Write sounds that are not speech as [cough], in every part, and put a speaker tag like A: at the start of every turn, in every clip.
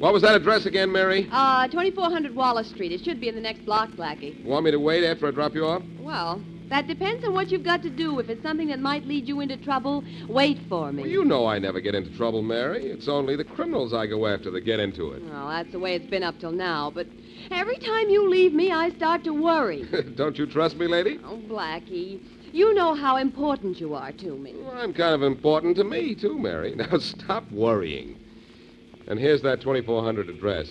A: What was that address again, Mary?
B: Uh, 2400 Wallace Street. It should be in the next block, Blackie.
A: Want me to wait after I drop you off?
B: Well, that depends on what you've got to do. If it's something that might lead you into trouble, wait for me.
A: Well, you know I never get into trouble, Mary. It's only the criminals I go after that get into it.
B: Well, Oh, that's the way it's been up till now, but every time you leave me, I start to worry.
A: [laughs] Don't you trust me, lady?
B: oh, Blackie, you know how important you are to me.
A: Well, I'm kind of important to me, too, Mary. [laughs] Now, stop worrying. And here's that 2400 address.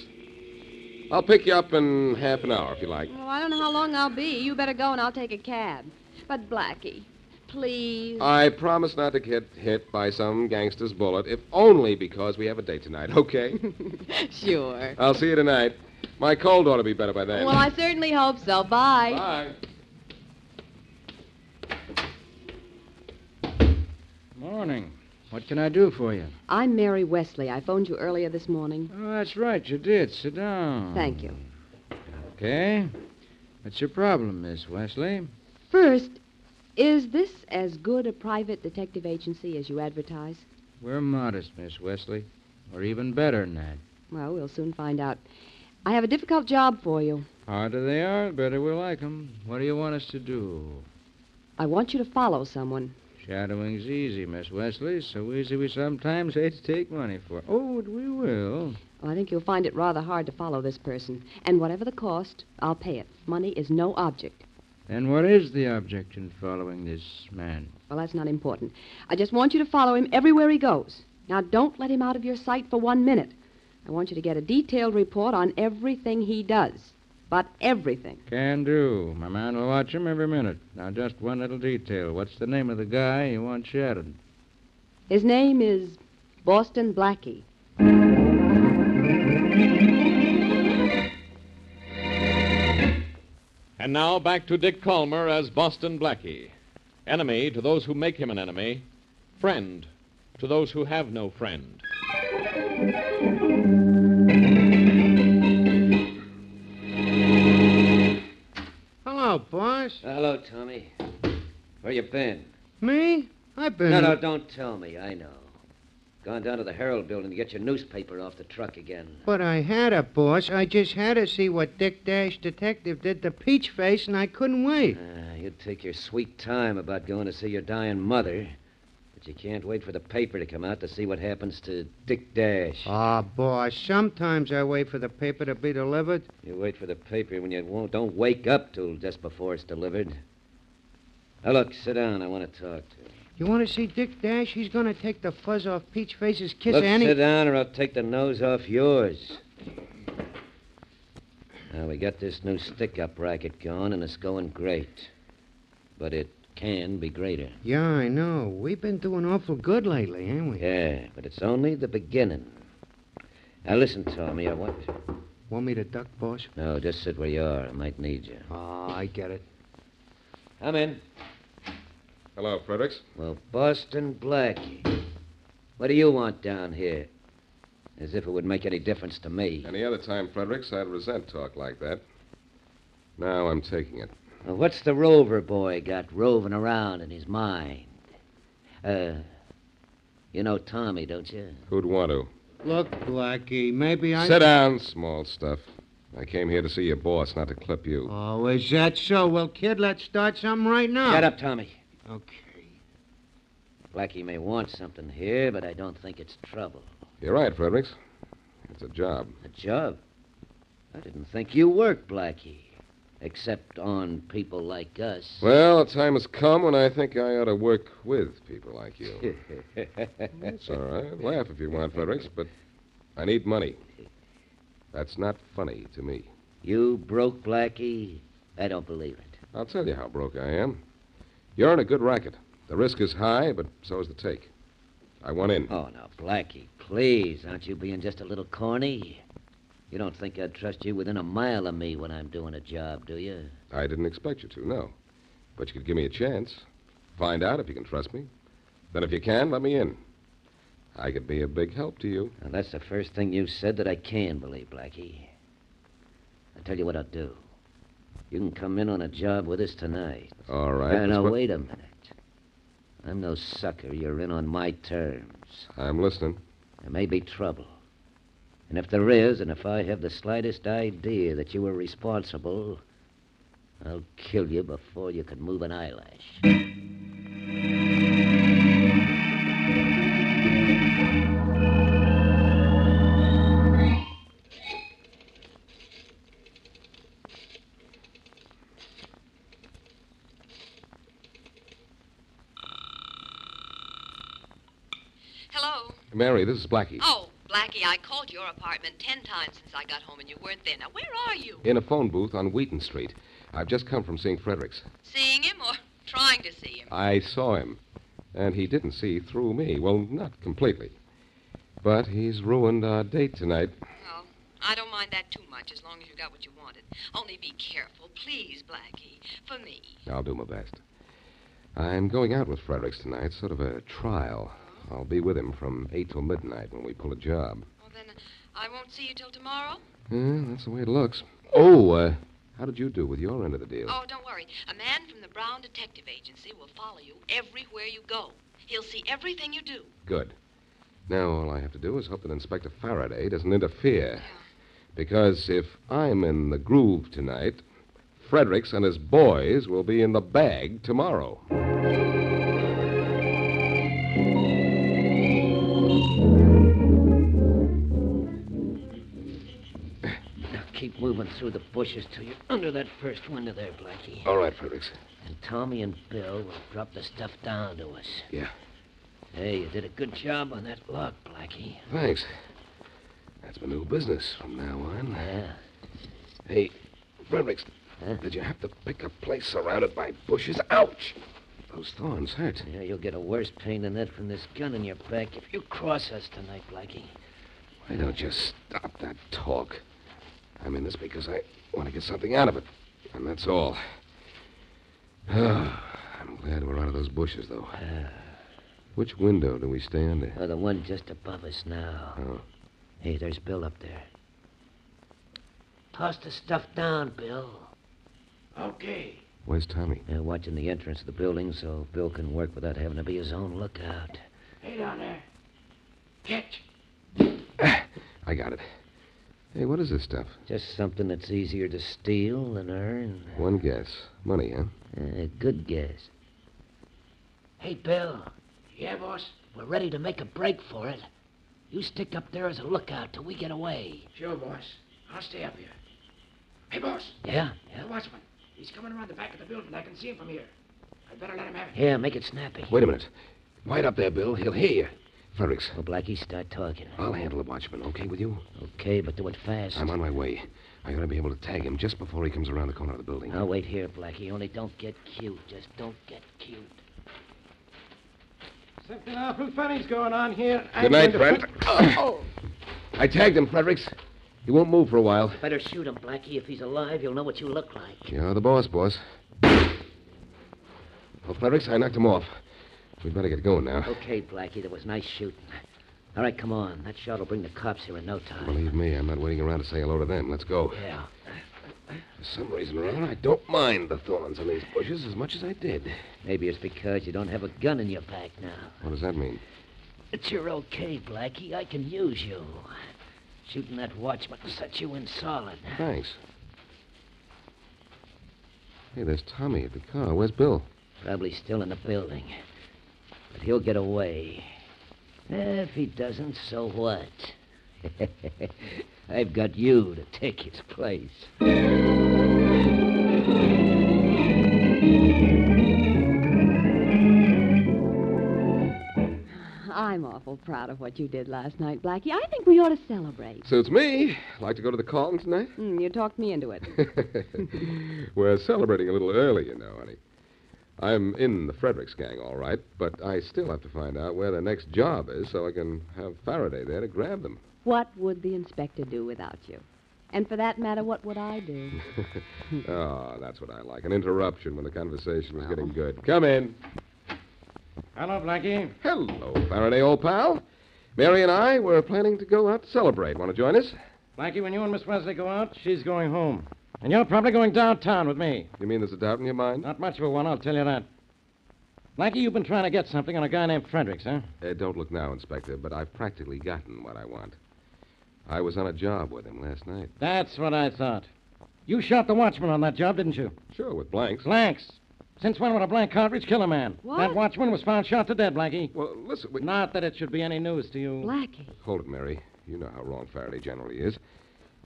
A: I'll pick you up in half an hour, if you like.
B: Well, I don't know how long I'll be. You better go and I'll take a cab. But, Blackie, please.
A: I promise not to get hit by some gangster's bullet, if only because we have a date tonight, [laughs] okay?
B: [laughs] sure.
A: I'll see you tonight. My cold ought to be better by then.
B: Well, I certainly hope so. Bye.
A: Bye.
C: Morning. What can I do for you?
B: I'm Mary Wesley. I phoned you earlier this morning.
C: Oh, that's right. You did. Sit down.
B: Thank you.
C: Okay. What's your problem, Miss Wesley?
B: First, is this as good a private detective agency as you advertise?
C: We're modest, Miss Wesley. Or even better than that.
B: Well, we'll soon find out. I have a difficult job for you.
C: Harder they are, the better we like 'em. What do you want us to do?
B: I want you to follow someone.
C: Shadowing's easy, Miss Wesley. So easy we sometimes hate to take money for. Oh, and we will.
B: Well, I think you'll find it rather hard to follow this person. And whatever the cost, I'll pay it. Money is no object.
C: Then what is the object in following this man?
B: Well, that's not important. I just want you to follow him everywhere he goes. Now, don't let him out of your sight for one minute. I want you to get a detailed report on everything he does. But everything.
C: Can do. My man will watch him every minute. Now, just one little detail. What's the name of the guy you want shadowed?
B: His name is Boston Blackie.
D: And now back to Dick Calmer as Boston Blackie. Enemy to those who make him an enemy, friend to those who have no friend.
E: Hello, boss.
F: Hello, Tommy. Where you been?
E: Me? I've been.
F: No, no, don't tell me. I know. Gone down to the Herald building to get your newspaper off the truck again.
E: But I had a boss. I just had to see what Dick Dash Detective did to Peach Face, and I couldn't wait.
F: Ah, you take your sweet time about going to see your dying mother, but you can't wait for the paper to come out to see what happens to Dick Dash.
E: Ah, boss. Sometimes I wait for the paper to be delivered.
F: You wait for the paper when you won't. Don't wake up till just before it's delivered. Now, look, sit down. I want to talk to you.
E: You want to see Dick Dash? He's going to take the fuzz off Peach Face's kiss,
F: look,
E: Annie.
F: sit down or I'll take the nose off yours. Now, we got this new stick-up racket going, and it's going great. But it can be greater.
E: Yeah, I know. We've been doing awful good lately, ain't we?
F: Yeah, but it's only the beginning. Now listen, Tommy, I want
E: Want me to duck, boss?
F: No, just sit where you are. I might need you.
E: Oh, I get it.
F: Come in.
A: Hello, Fredericks.
F: Well, Boston Blackie. What do you want down here? As if it would make any difference to me.
A: Any other time, Fredericks, I'd resent talk like that. Now I'm taking it.
F: Now, what's the rover boy got roving around in his mind? Uh, you know Tommy, don't you?
A: Who'd want to?
E: Look, Blackie, maybe I.
A: Sit down, small stuff. I came here to see your boss, not to clip you.
E: Oh, is that so? Well, kid, let's start something right
C: Hmm.
E: now.
F: Shut up, Tommy.
E: Okay.
F: Blackie may want something here, but I don't think it's trouble.
A: You're right, Fredericks. It's a job.
F: A job? I didn't think you worked, Blackie. Except on people like us.
A: Well, the time has come when I think I ought to work with people like
E: [laughs]
A: you. That's all right. Laugh if you want, Fredericks, but I need money. That's not funny to me.
F: [laughs] you broke Blackie? I don't believe it.
A: I'll tell you how broke I am. You're in a good racket. The risk is high, but so is the take. I want in.
F: Oh, now, Blackie, please, aren't you being just a little corny? You don't think I'd trust you within a mile of me when I'm doing a job, do you?
A: I didn't expect you to, no. But you could give me a chance. Find out if you can trust me. Then, if you can, let me in. I could be a big help to you.
F: Now, that's the first thing you said that I can believe, Blackie. I tell you what I'll do. You can come in on a job with us tonight.
A: All right.
F: now,
A: that's
F: now,
A: what-
F: wait a minute. I'm no sucker. You're in on my terms.
A: I'm listening.
F: There may be trouble. And if there is, and if I have the slightest idea that you were responsible, I'll kill you before you can move an eyelash.
B: Hello?
A: Mary, this is Blackie.
B: Oh, Blackie, I called your apartment ten times since I got home and you weren't there. Now, where are you?
A: In a phone booth on Wheaton Street. I've just come from seeing Fredericks.
B: Seeing him or trying to see him?
A: I saw him, and he didn't see through me. Well, not completely. But he's ruined our date tonight.
B: Well, I don't mind that too much as long as you got what you wanted. Only be careful, please, Blackie. For me.
A: I'll do my best. I'm going out with Fredericks tonight, sort of a trial. I'll be with him from 8 till midnight when we pull a job.
B: Well, then I won't see you till tomorrow.
A: Yeah, that's the way it looks. Oh, uh, how did you do with your end of the deal?
B: Oh, don't worry. A man from the Brown Detective Agency will follow you everywhere you go. He'll see everything you do.
A: Good. Now all I have to do is hope that Inspector Faraday doesn't interfere. Because if I'm in the groove tonight, Fredericks and his boys will be in the bag tomorrow.
F: Now, keep moving through the bushes till you're under that first window there, Blackie.
A: All right, Fredericks.
F: And Tommy and Bill will drop the stuff down to us.
A: Yeah.
F: Hey, you did a good job on that lock, Blackie.
A: Thanks. That's my new business from now on.
F: Yeah.
A: Hey, Fredericks,
F: Huh?
A: did you have to pick a place surrounded by bushes? Ouch! Those thorns hurt.
F: Yeah, you'll get a worse pain than that from this gun in your back if you cross us tonight, Blackie.
A: Why don't you stop that talk? I'm in this because I want to get something out of it, and that's all. [sighs] I'm glad we're out of those bushes, though. Which window do we stay under?
F: Oh, the one just above us now.
A: Oh.
F: Hey, there's Bill up there. Toss the stuff down, Bill. Okay.
A: Where's Tommy? [sighs]
F: Yeah, watching the entrance of the building so Bill can work without having to be his own lookout.
A: I got it. Hey, what is this stuff?
F: Just something that's easier to steal than earn.
A: One guess. Money, huh?
F: Uh, good guess. Hey, Bill. Yeah, boss? We're ready to make a break for it. You stick up there as a lookout till we get away.
G: Sure, boss. I'll stay up here. Hey, boss,
F: Yeah?
G: the
F: Yeah,
G: watchman. He's coming around the back of the building. I can see him from here. I'd better let him have it.
F: yeah make it snappy.
A: Wait a minute. Right up there, Bill. He'll hear you. Fredericks,
F: Well, Oh, Blackie, start talking.
A: I'll handle the watchman, okay, with you?
F: Okay, but do it fast.
A: I'm on my way. I gotta be able to tag him just before he comes around the corner of the building.
F: I'll wait here, Blackie. Only don't get cute. Just don't get cute.
E: Something awful funny's going on here.
A: Good night, Brent. I tagged him, Fredericks. He won't move for a while.
F: Better shoot him, Blackie. If he's alive, he'll know what you look like.
A: You're the boss, boss. Well, Fredericks, I knocked him off. We'd better get going now.
F: Okay, Blackie, that was nice shooting. All right, come on. That shot'll bring the cops here in no time.
A: Believe me, I'm not waiting around to say hello to them. Let's go.
F: Yeah.
A: For some reason or other, I don't mind the thorns on these bushes as much as I did.
F: Maybe it's because you don't have a gun in your back now.
A: What does that mean?
F: But you're okay, Blackie. I can use you. Shooting that watchman set you in solid.
A: Thanks. Hey, there's Tommy at the car. Where's Bill?
F: Probably still in the building. But he'll get away. Eh, If he doesn't, so what? [laughs] I've got you to take his place.
B: I'm awful proud of what you did last night, Blackie. I think we ought to celebrate.
A: Suits me. Like to go to the Carlton tonight?
B: Mm, you talked me into it.
A: [laughs] We're celebrating a little early, you know, honey. I'm in the Fredericks gang, all right, but I still have to find out where their next [laughs] job is so I can have Faraday there to grab them.
B: what would the inspector do without you? And for that matter, what would I do?
A: Oh, that's what I like. An interruption when the conversation was getting good. Come in.
C: Hello, Blackie.
A: Hello, Faraday, old pal. Mary and I were planning to go out to celebrate. Want to join us?
C: Blackie, when you and Miss Wesley go out, she's going home. And you're probably going downtown with me.
A: You mean there's a doubt in your mind?
C: Not much of a one, I'll tell you that. Blackie, you've been trying to get something on a guy named Fredericks, huh?
A: Uh, don't look now, Inspector, but I've practically gotten what I want. I was on a job with him last night.
C: That's what I thought. You shot the watchman on that job, didn't you?
A: Sure, with blanks.
C: Blanks. Since when would a blank cartridge kill a man?
B: What?
C: That watchman was found shot to death, Blackie.
A: Well, listen, we...
C: Not that it should be any news to you.
B: Blackie.
A: Hold it, Mary. You know how wrong Faraday generally is.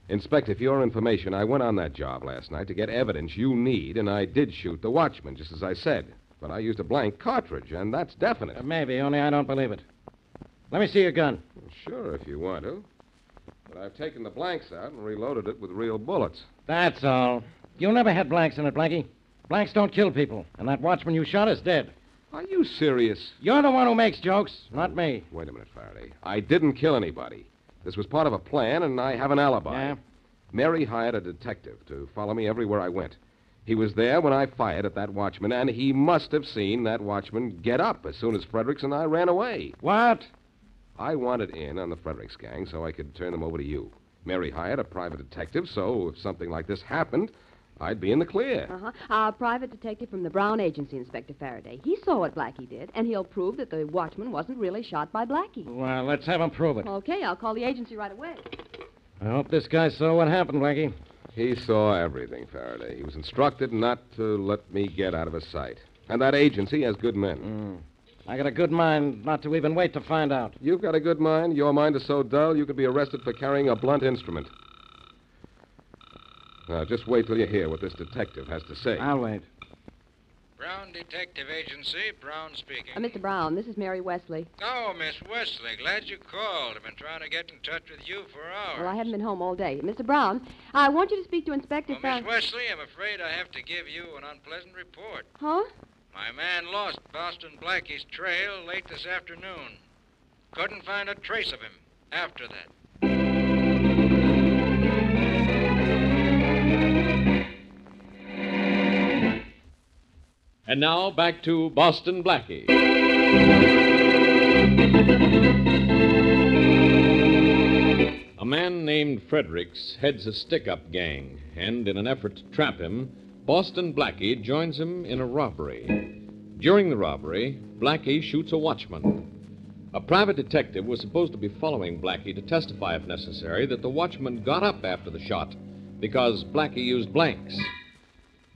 A: Inspector, for your information, I went on that job last night to get evidence you need, and I did shoot the watchman, just as I said. But I used a blank cartridge, and that's definite.
C: Uh, maybe, only I don't believe it. Let me see your gun.
A: Sure, if you want to. But I've taken the blanks out and reloaded it with real bullets.
C: That's all. You never had blanks in it, Blackie. Blanks don't kill people, and that watchman you shot is dead.
A: Are you serious?
C: You're the one who makes jokes, not me.
A: Wait a minute, Faraday. I didn't kill anybody. This was part of a plan, and I have an alibi.
C: Yeah?
A: Mary hired a detective to follow me everywhere I went. He was there when I fired at that watchman, and he must have seen that watchman get up as soon as Fredericks and I ran away.
C: What?
A: I wanted in on the Fredericks gang so I could turn them over to you. Mary hired a private detective, so if something like this happened, I'd be in the clear.
B: Uh-huh. Our private detective from the Brown Agency, Inspector Faraday. He saw what Blackie did, and he'll prove that the watchman wasn't really shot by Blackie.
C: Well, let's have him prove it.
B: Okay, I'll call the agency right away.
C: I hope this guy saw what happened, Blackie.
A: He saw everything, Faraday. He was instructed not to let me get out of his sight. And that agency has good
C: Mm.
A: men.
C: Hmm. I got a good mind not to even wait to find out.
A: You've got a good mind. Your mind is so dull you could be arrested for carrying a blunt instrument. Now, just wait till you hear what this detective has to say.
C: I'll wait.
H: Brown Detective Agency, Brown speaking.
B: Uh, Mr. Brown, this is Mary Wesley.
H: Oh, Miss Wesley, glad you called. I've been trying to get in touch with you for hours.
B: Well, I haven't been home all day. Mr. Brown, I want you to speak to Inspector
H: Well, Miss
B: Faraday.
H: Wesley, I'm afraid I have to give you an unpleasant report.
B: Huh?
H: My man lost Boston Blackie's trail late this afternoon. Couldn't find a trace of him after that.
D: And now back to Boston Blackie. A man named Fredericks heads a stick up gang, and in an effort to trap him, Boston Blackie joins him in a robbery. During the robbery, Blackie shoots a watchman. A private detective was supposed to be following Blackie to testify, if necessary, that the watchman got up after the shot because Blackie used blanks.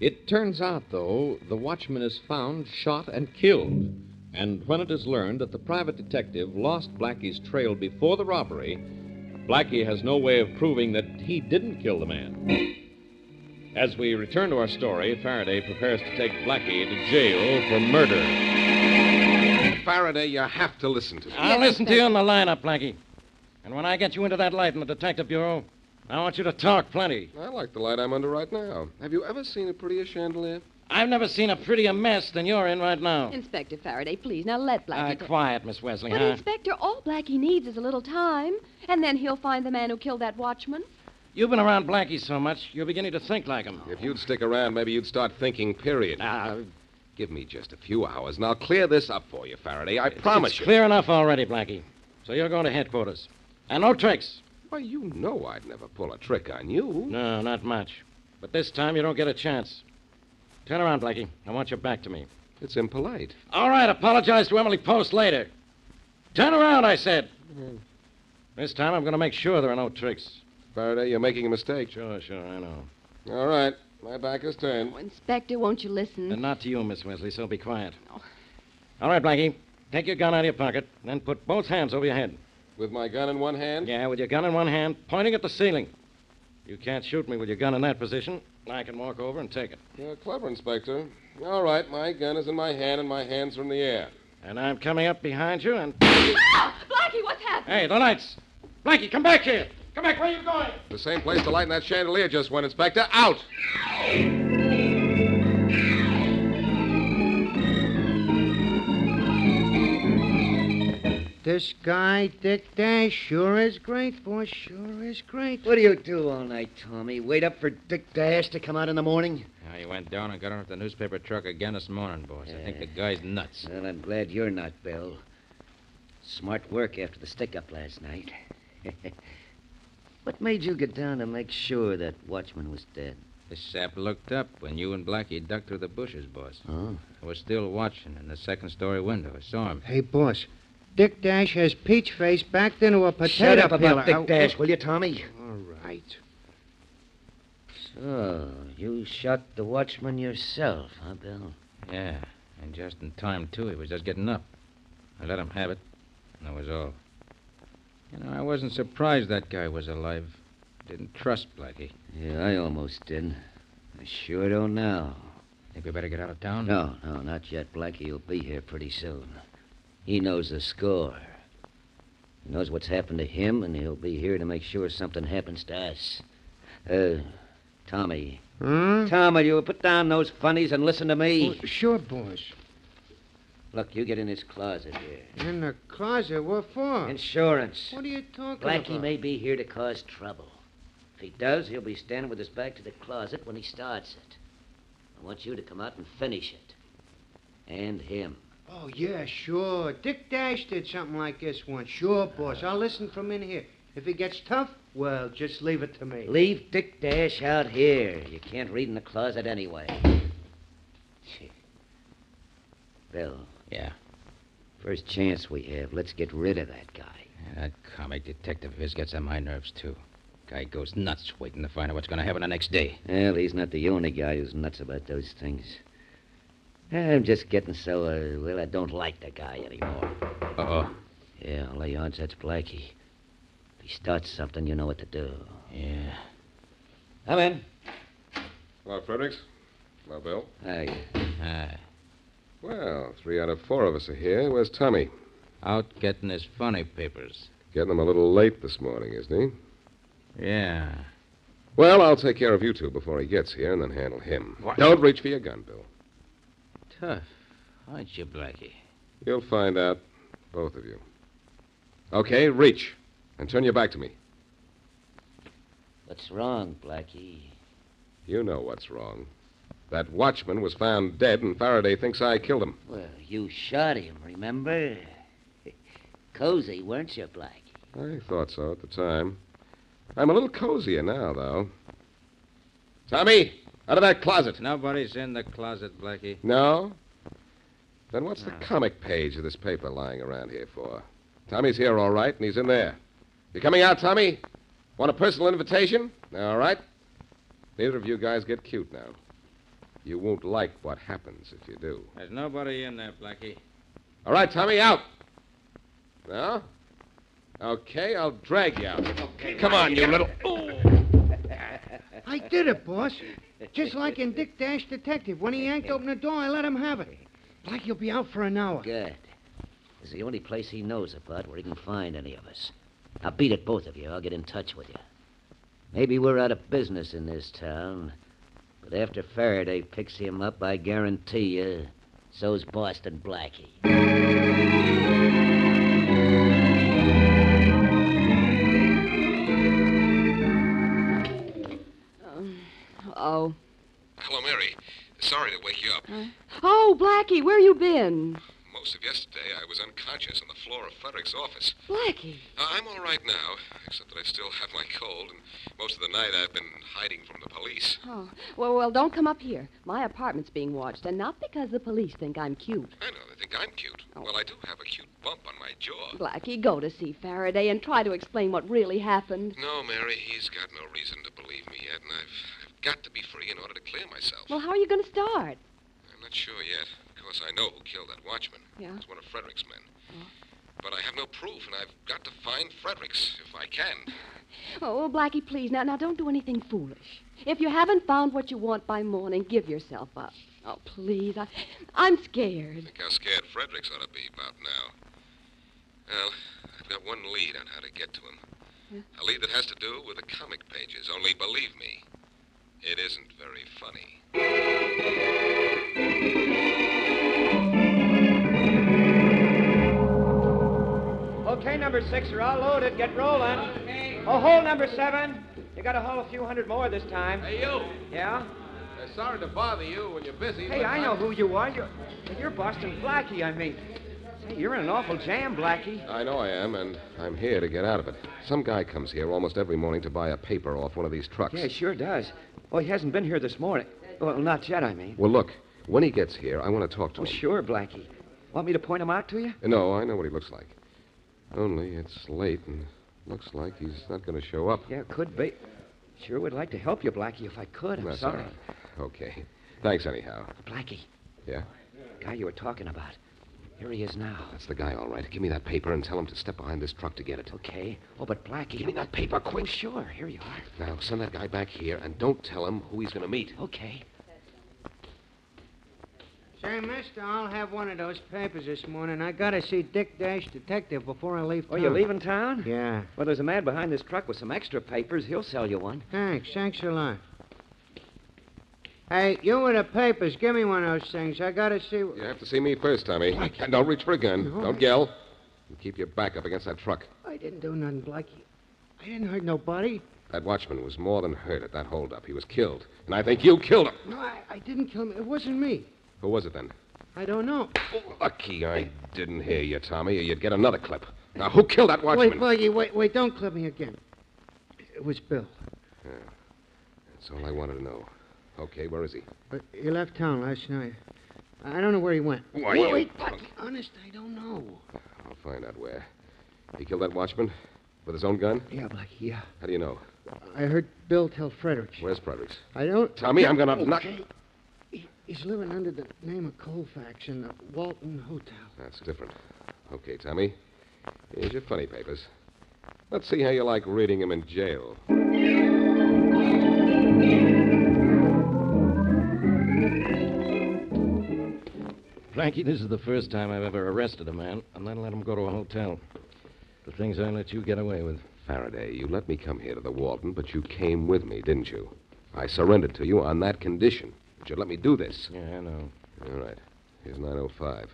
D: It turns out, though, the watchman is found, shot, and killed. And when it is learned that the private detective lost Blackie's trail before the robbery, Blackie has no way of proving that he didn't kill the man. As we return to our story, Faraday prepares to take Blackie to jail for murder.
A: Faraday, you have to listen to me.
C: I'll listen to you in the lineup, Blackie. And when I get you into that light in the detective bureau, I want you to talk plenty.
A: I like the light I'm under right now. Have you ever seen a prettier chandelier?
C: I've never seen a prettier mess than you're in right now.
B: Inspector Faraday, please, now let
C: Ah,
B: Blackie. go.
C: quiet, Miss Wesley,
B: But,
C: huh?
B: Inspector, all Blackie needs is a little time, and then he'll find the man who killed that watchman.
C: You've been around Blackie so much, you're beginning to think like him.
A: If you'd stick around, maybe you'd start thinking, period. Uh,
C: Ah,
A: Give me just a few hours, and I'll clear this up for you, Faraday. I promise
C: it's
A: you.
C: clear enough already, Blackie. So you're going to headquarters. And no tricks.
A: Why, you know I'd never pull a trick on you.
C: No, not much. But this time you don't get a chance. Turn around, Blackie. I want you back to me.
A: It's impolite.
C: All right, apologize to Emily Post later. Turn around, I said. This time I'm going to make sure there are no tricks.
A: Faraday, you're making a mistake.
C: Sure, sure, I know.
A: All right. My back is turned.
B: Oh, Inspector, won't you listen?
C: And not to you, Miss Wesley, so be quiet. All right, Blackie. Take your gun out of your pocket, then put both hands over your head.
A: With my gun in one hand?
C: Yeah, with your gun in one hand, pointing at the ceiling. You can't shoot me with your gun in that position. I can walk over and take it.
A: You're clever, Inspector. All right, my gun is in my hand, and my hand's are in the air.
C: And I'm coming up behind you and.
B: Ow! [coughs] Blackie, what's happened?
C: Hey, the lights! Blackie, come back here! Come back, where are you going?
A: The same place the light in that chandelier just went, Inspector. Out!
E: Di- this guy, Dick Dash, sure is great, boy. Sure is great.
I: What do you do all night, Tommy? Wait up for Dick Dash to come out in the morning?
J: Now, you went down and got on at the newspaper truck again this morning, boss. I think the guy's nuts.
F: Well, I'm glad you're not, Bill. Smart work after the stick up last night. [laughs] what made you get down to make sure that watchman was dead?
J: The sap looked up when you and Blackie ducked through the bushes, boss.
F: Oh.
J: I was still watching in the second story window. I saw him.
E: Hey, boss, Dick Dash has Peach Face backed into a potato
I: Shut up
E: peeler.
I: about Dick
E: Oh,
I: Dash, will you, Tommy?
E: All right.
F: So, you shot the watchman yourself, huh, Bill?
J: Yeah, and just in time, too. He was just getting up. I let him have it, and that was all. You know, I wasn't surprised that guy was alive. Didn't trust Blackie.
F: Yeah, I almost did. I sure don't now.
J: Think we better get out of town?
F: No, no, not yet. Blackie will be here pretty soon. He knows the score. He knows what's happened to him, and he'll be here to make sure something happens to us. Uh, Tommy.
E: Huh?
F: Tommy, you put down those funnies and listen to me.
E: Oh, sure, boss.
F: Look, you get in this closet here.
E: In the closet, what for?
F: Insurance.
E: What are you talking
F: Blackie
E: about?
F: may be here to cause trouble. If he does, he'll be standing with his back to the closet when he starts it. I want you to come out and finish it. And him.
E: Oh, yeah, sure. Dick Dash did something like this once. Sure, boss. I'll listen from in here. If he gets tough, well, just leave it to me.
F: Leave Dick Dash out here. You can't read in the closet anyway. Bill.
J: Yeah.
F: First chance we have, let's get rid of that guy.
J: Yeah, that comic detective of his gets on my nerves, too. Guy goes nuts waiting to find out what's going to happen the next day.
F: Well, he's not the only guy who's nuts about those things. I'm just getting so, uh, well, I don't like the guy anymore.
J: Uh-oh.
F: Yeah, all the odds that's Blackie. If he starts something, you know what to do.
J: Yeah.
F: Come in.
A: Hello, Fredericks. Hello, Bill.
F: Hey.
J: Ah,
A: Well, three out of four of us are here. Where's Tommy?
J: out getting his funny papers.
A: Getting him a little late this morning, isn't he?
J: Yeah.
A: Well, I'll take care of you two before he gets here and then handle him.
J: What?
A: Don't reach for your gun, Bill.
J: Tough, aren't you, Blackie?
A: You'll find out, both of you. Okay, reach. And turn your back to me.
F: What's wrong, Blackie?
A: You know what's wrong. That watchman was found dead, and Faraday thinks I killed him.
F: Well, you shot him, remember? [laughs] Cozy, weren't you, Blackie?
A: I thought so at the time. I'm a little cozier now, though. Tommy, out of that closet.
J: Nobody's in the closet, Blackie.
A: No? Then what's the comic page of this paper lying around here for? Tommy's here, all right, and he's in there. You coming out, Tommy? Want a personal invitation? All right. Neither of you guys get cute now. You won't like what happens if you do.
J: There's nobody in there, Blackie.
A: All right, Tommy, out. No? Okay, I'll drag you out. Come on, you little.
E: I did it, boss. Just like in Dick Dash Detective. When he yanked open the door, I let him have it. Blackie will be out for an hour.
F: Good. This is the only place he knows about where he can find any of us. Now beat it, both of you. I'll get in touch with you. Maybe we're out of business in this town, but after Faraday picks him up, I guarantee you, so's Boston Blackie.
B: Oh.
A: Hello, Mary. Sorry to wake you up.
B: Oh, Blackie, where you been?
A: Most of yesterday, I was unconscious on the floor of Frederick's office.
B: Blackie.
A: Uh, I'm all right now, except that I still have my cold, and most of the night I've been hiding from the police.
B: Oh. Well, well, don't come up here. My apartment's being watched, and not because the police think I'm cute.
A: I know, they think I'm cute. Well, I do have a cute bump on my jaw.
B: Blackie, go to see Faraday and try to explain what really happened.
A: No, Mary, he's got no reason to believe me yet, and I've, I've got to be free in order to clear myself.
B: Well, how are you going to start?
A: I'm not sure yet. Of course, I know who killed that watchman.
B: Yeah.
A: It's one of Frederick's men. But I have no proof, and I've got to find Fredericks if
K: [laughs]
A: I can.
B: Oh, Blackie, please, now, now don't do anything foolish. If you haven't found what you want by morning, give yourself up. Oh, please, I, I'm
A: I
B: scared.
A: think how scared Fredericks ought to be about now. Well, I've got one lead on how to get to him. A lead that has to do with the comic pages, only believe me, it isn't very funny.
K: number six are all loaded. Get rolling. Oh, hold number seven. You got to haul a few hundred more this time.
L: Hey, you.
K: Yeah?
L: Uh, sorry to bother you when you're busy.
K: Hey,
L: but
K: I know who you are. You're, you're Boston Blackie, I mean. Hey, you're in an awful jam, Blackie.
A: I know I am, and I'm here to get out of it. Some guy comes here almost every morning to buy a paper off one of these trucks.
K: Yeah, sure does. Oh, he hasn't been here this morning. Well, not yet, I mean.
A: Well, look, when he gets here, I want to talk to
K: Oh,
A: him.
K: sure, Blackie. Want me to point him out to you?
A: No, I know what he looks like. Only it's late, and looks like he's not going to show up.
K: Yeah, could be. Sure would like to help you, Blackie, if I could. I'm
A: That's
K: sorry.
A: all right. Okay. Thanks, anyhow.
K: Blackie,
A: Yeah?
K: guy you were talking about. Here he is now.
A: That's the guy, all right. Give me that paper and tell him to step behind this truck to get it.
K: Okay. Oh, but Blackie.
A: Give me that paper quick.
K: Oh, sure. Here you are.
A: Now, send that guy back here, and don't tell him who he's going to meet.
K: Okay.
E: Say, mister, I'll have one of those papers this morning. I gotta see Dick Dash Detective before I leave
K: Oh,
E: town.
K: you're leaving town?
E: Yeah.
K: Well, there's a man behind this truck with some extra papers. He'll sell you one.
E: Thanks. Thanks a lot. Hey, you with the papers, give me one of those things. I gotta see.
A: You have to see me first, Tommy. And don't reach for a gun. Don't yell. And keep your back up against that truck.
E: I didn't do nothing, Blackie. I didn't hurt nobody.
A: That watchman was more than hurt at that holdup. He was killed. And I think you killed him.
E: No, I, I didn't kill him. It wasn't me.
A: Who was it then?
E: I don't know.
A: Lucky I didn't hear you, Tommy, or you'd get another clip. Now, who killed that watchman?
E: Wait, Blackie, wait, wait, don't clip me again. It was Bill.
A: Yeah. That's all I wanted to know. Okay, where is he?
E: But he left town last night. I don't know where he went.
A: Why,
E: wait,
A: you-
E: wait, Blackie, honest, I don't know.
A: I'll find out where. He killed that watchman? With his own gun?
E: Yeah, Blackie, yeah.
A: How do you know?
E: I heard Bill tell Frederick.
A: Where's Fredericks?
E: I don't.
A: Tommy, I'm gonna
E: Okay.
A: knock-
E: He- He's living under the name of Colfax in the Walton Hotel.
A: That's different. Okay, Tommy. Here's your funny papers. Let's see how you like reading them in jail.
C: Blackie, this is the first time I've ever arrested a man and then let him go to a hotel. The things I let you get away with.
A: Faraday, you let me come here to the Walton, but you came with me, didn't you? I surrendered to you on that condition. But you let me do this.
C: Yeah, I know.
A: All right. Here's 905.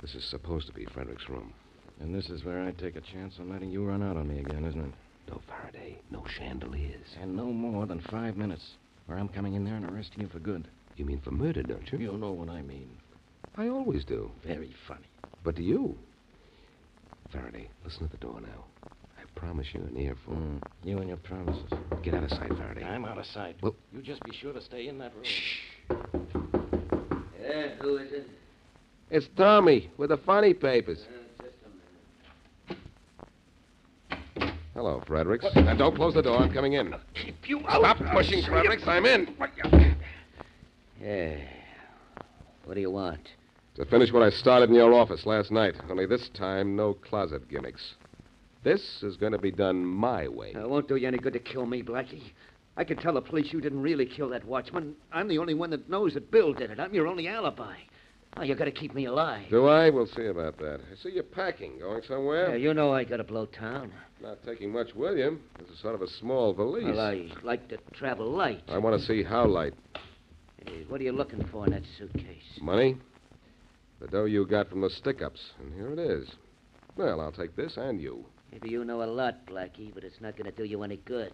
A: This is supposed to be Frederick's room.
C: And this is where I take a chance on letting you run out on me again, isn't it?
A: No Faraday, no chandeliers.
C: And no more than five minutes, or I'm coming in there and arresting you for good.
A: You mean for murder, don't you?
C: You know what I mean.
A: I always do.
C: Very funny.
A: But do you? Faraday, listen at the door now. I promise you an earful.
C: You and your promises.
A: Get out of sight, Faraday.
C: I'm out of sight.
A: Well-
C: you just be sure to stay in that room.
I: Yeah, who is it?
A: It's Tommy with the funny papers. Hello, Fredericks. Now, don't close the door. I'm coming in. Keep you Stop pushing, Fredericks. I'm in.
F: Yeah. What do you want?
A: To finish what I started in your office last night, only this time, no closet gimmicks. This is going to be done my way.
I: Uh, It won't do you any good to kill me, Blackie. I can tell the police you didn't really kill that watchman. I'm the only one that knows that Bill did it. I'm your only alibi. Now you gotta keep me alive.
A: Do I? We'll see about that. I see you're packing. Going somewhere?
I: Yeah, you know I gotta blow town.
A: Not taking much, William. This is sort of a small valise.
I: Well, I like to travel light.
A: I want to see how light.
I: Hey, what are you looking for in that suitcase?
A: Money? The dough you got from the stick ups. And here it is. Well, I'll take this and you.
I: Maybe you know a lot, Blackie, but it's not gonna do you any good.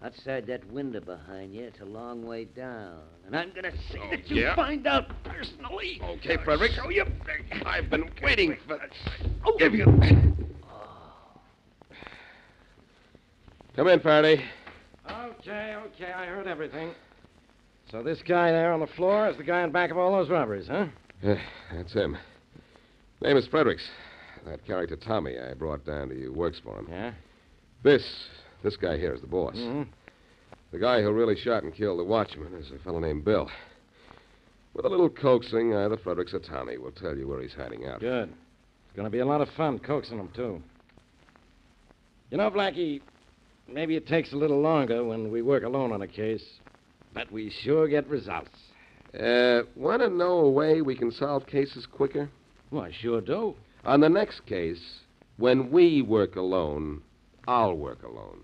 I: Outside that window behind you, it's a long way down. And I'm gonna see
A: Oh,
I: that you
A: yeah? Oh,
I: find out personally.
A: Okay, Frederick.
I: Show you.
A: I've been waiting for.
I: Oh.
A: I'll give you. Come in, Faraday.
C: Okay, okay, I heard everything. So this guy there on the floor is the guy in back of all those robberies, huh?
A: That's him. Name is Fredericks. That character Tommy I brought down to you works for him.
C: Yeah?
A: This, this guy here is the boss.
C: hmm
A: The guy who really shot and killed the watchman is a fellow named Bill. With a little coaxing, either Fredericks or Tommy will tell you where he's hiding out.
C: Good. It's gonna be a lot of fun coaxing them, too. You know, Blackie, maybe it takes a little longer when we work alone on a case, but we sure get results.
A: Uh, want to know a way we can solve cases quicker?
C: Well, I sure do.
A: On the next case, when we work alone, I'll work alone.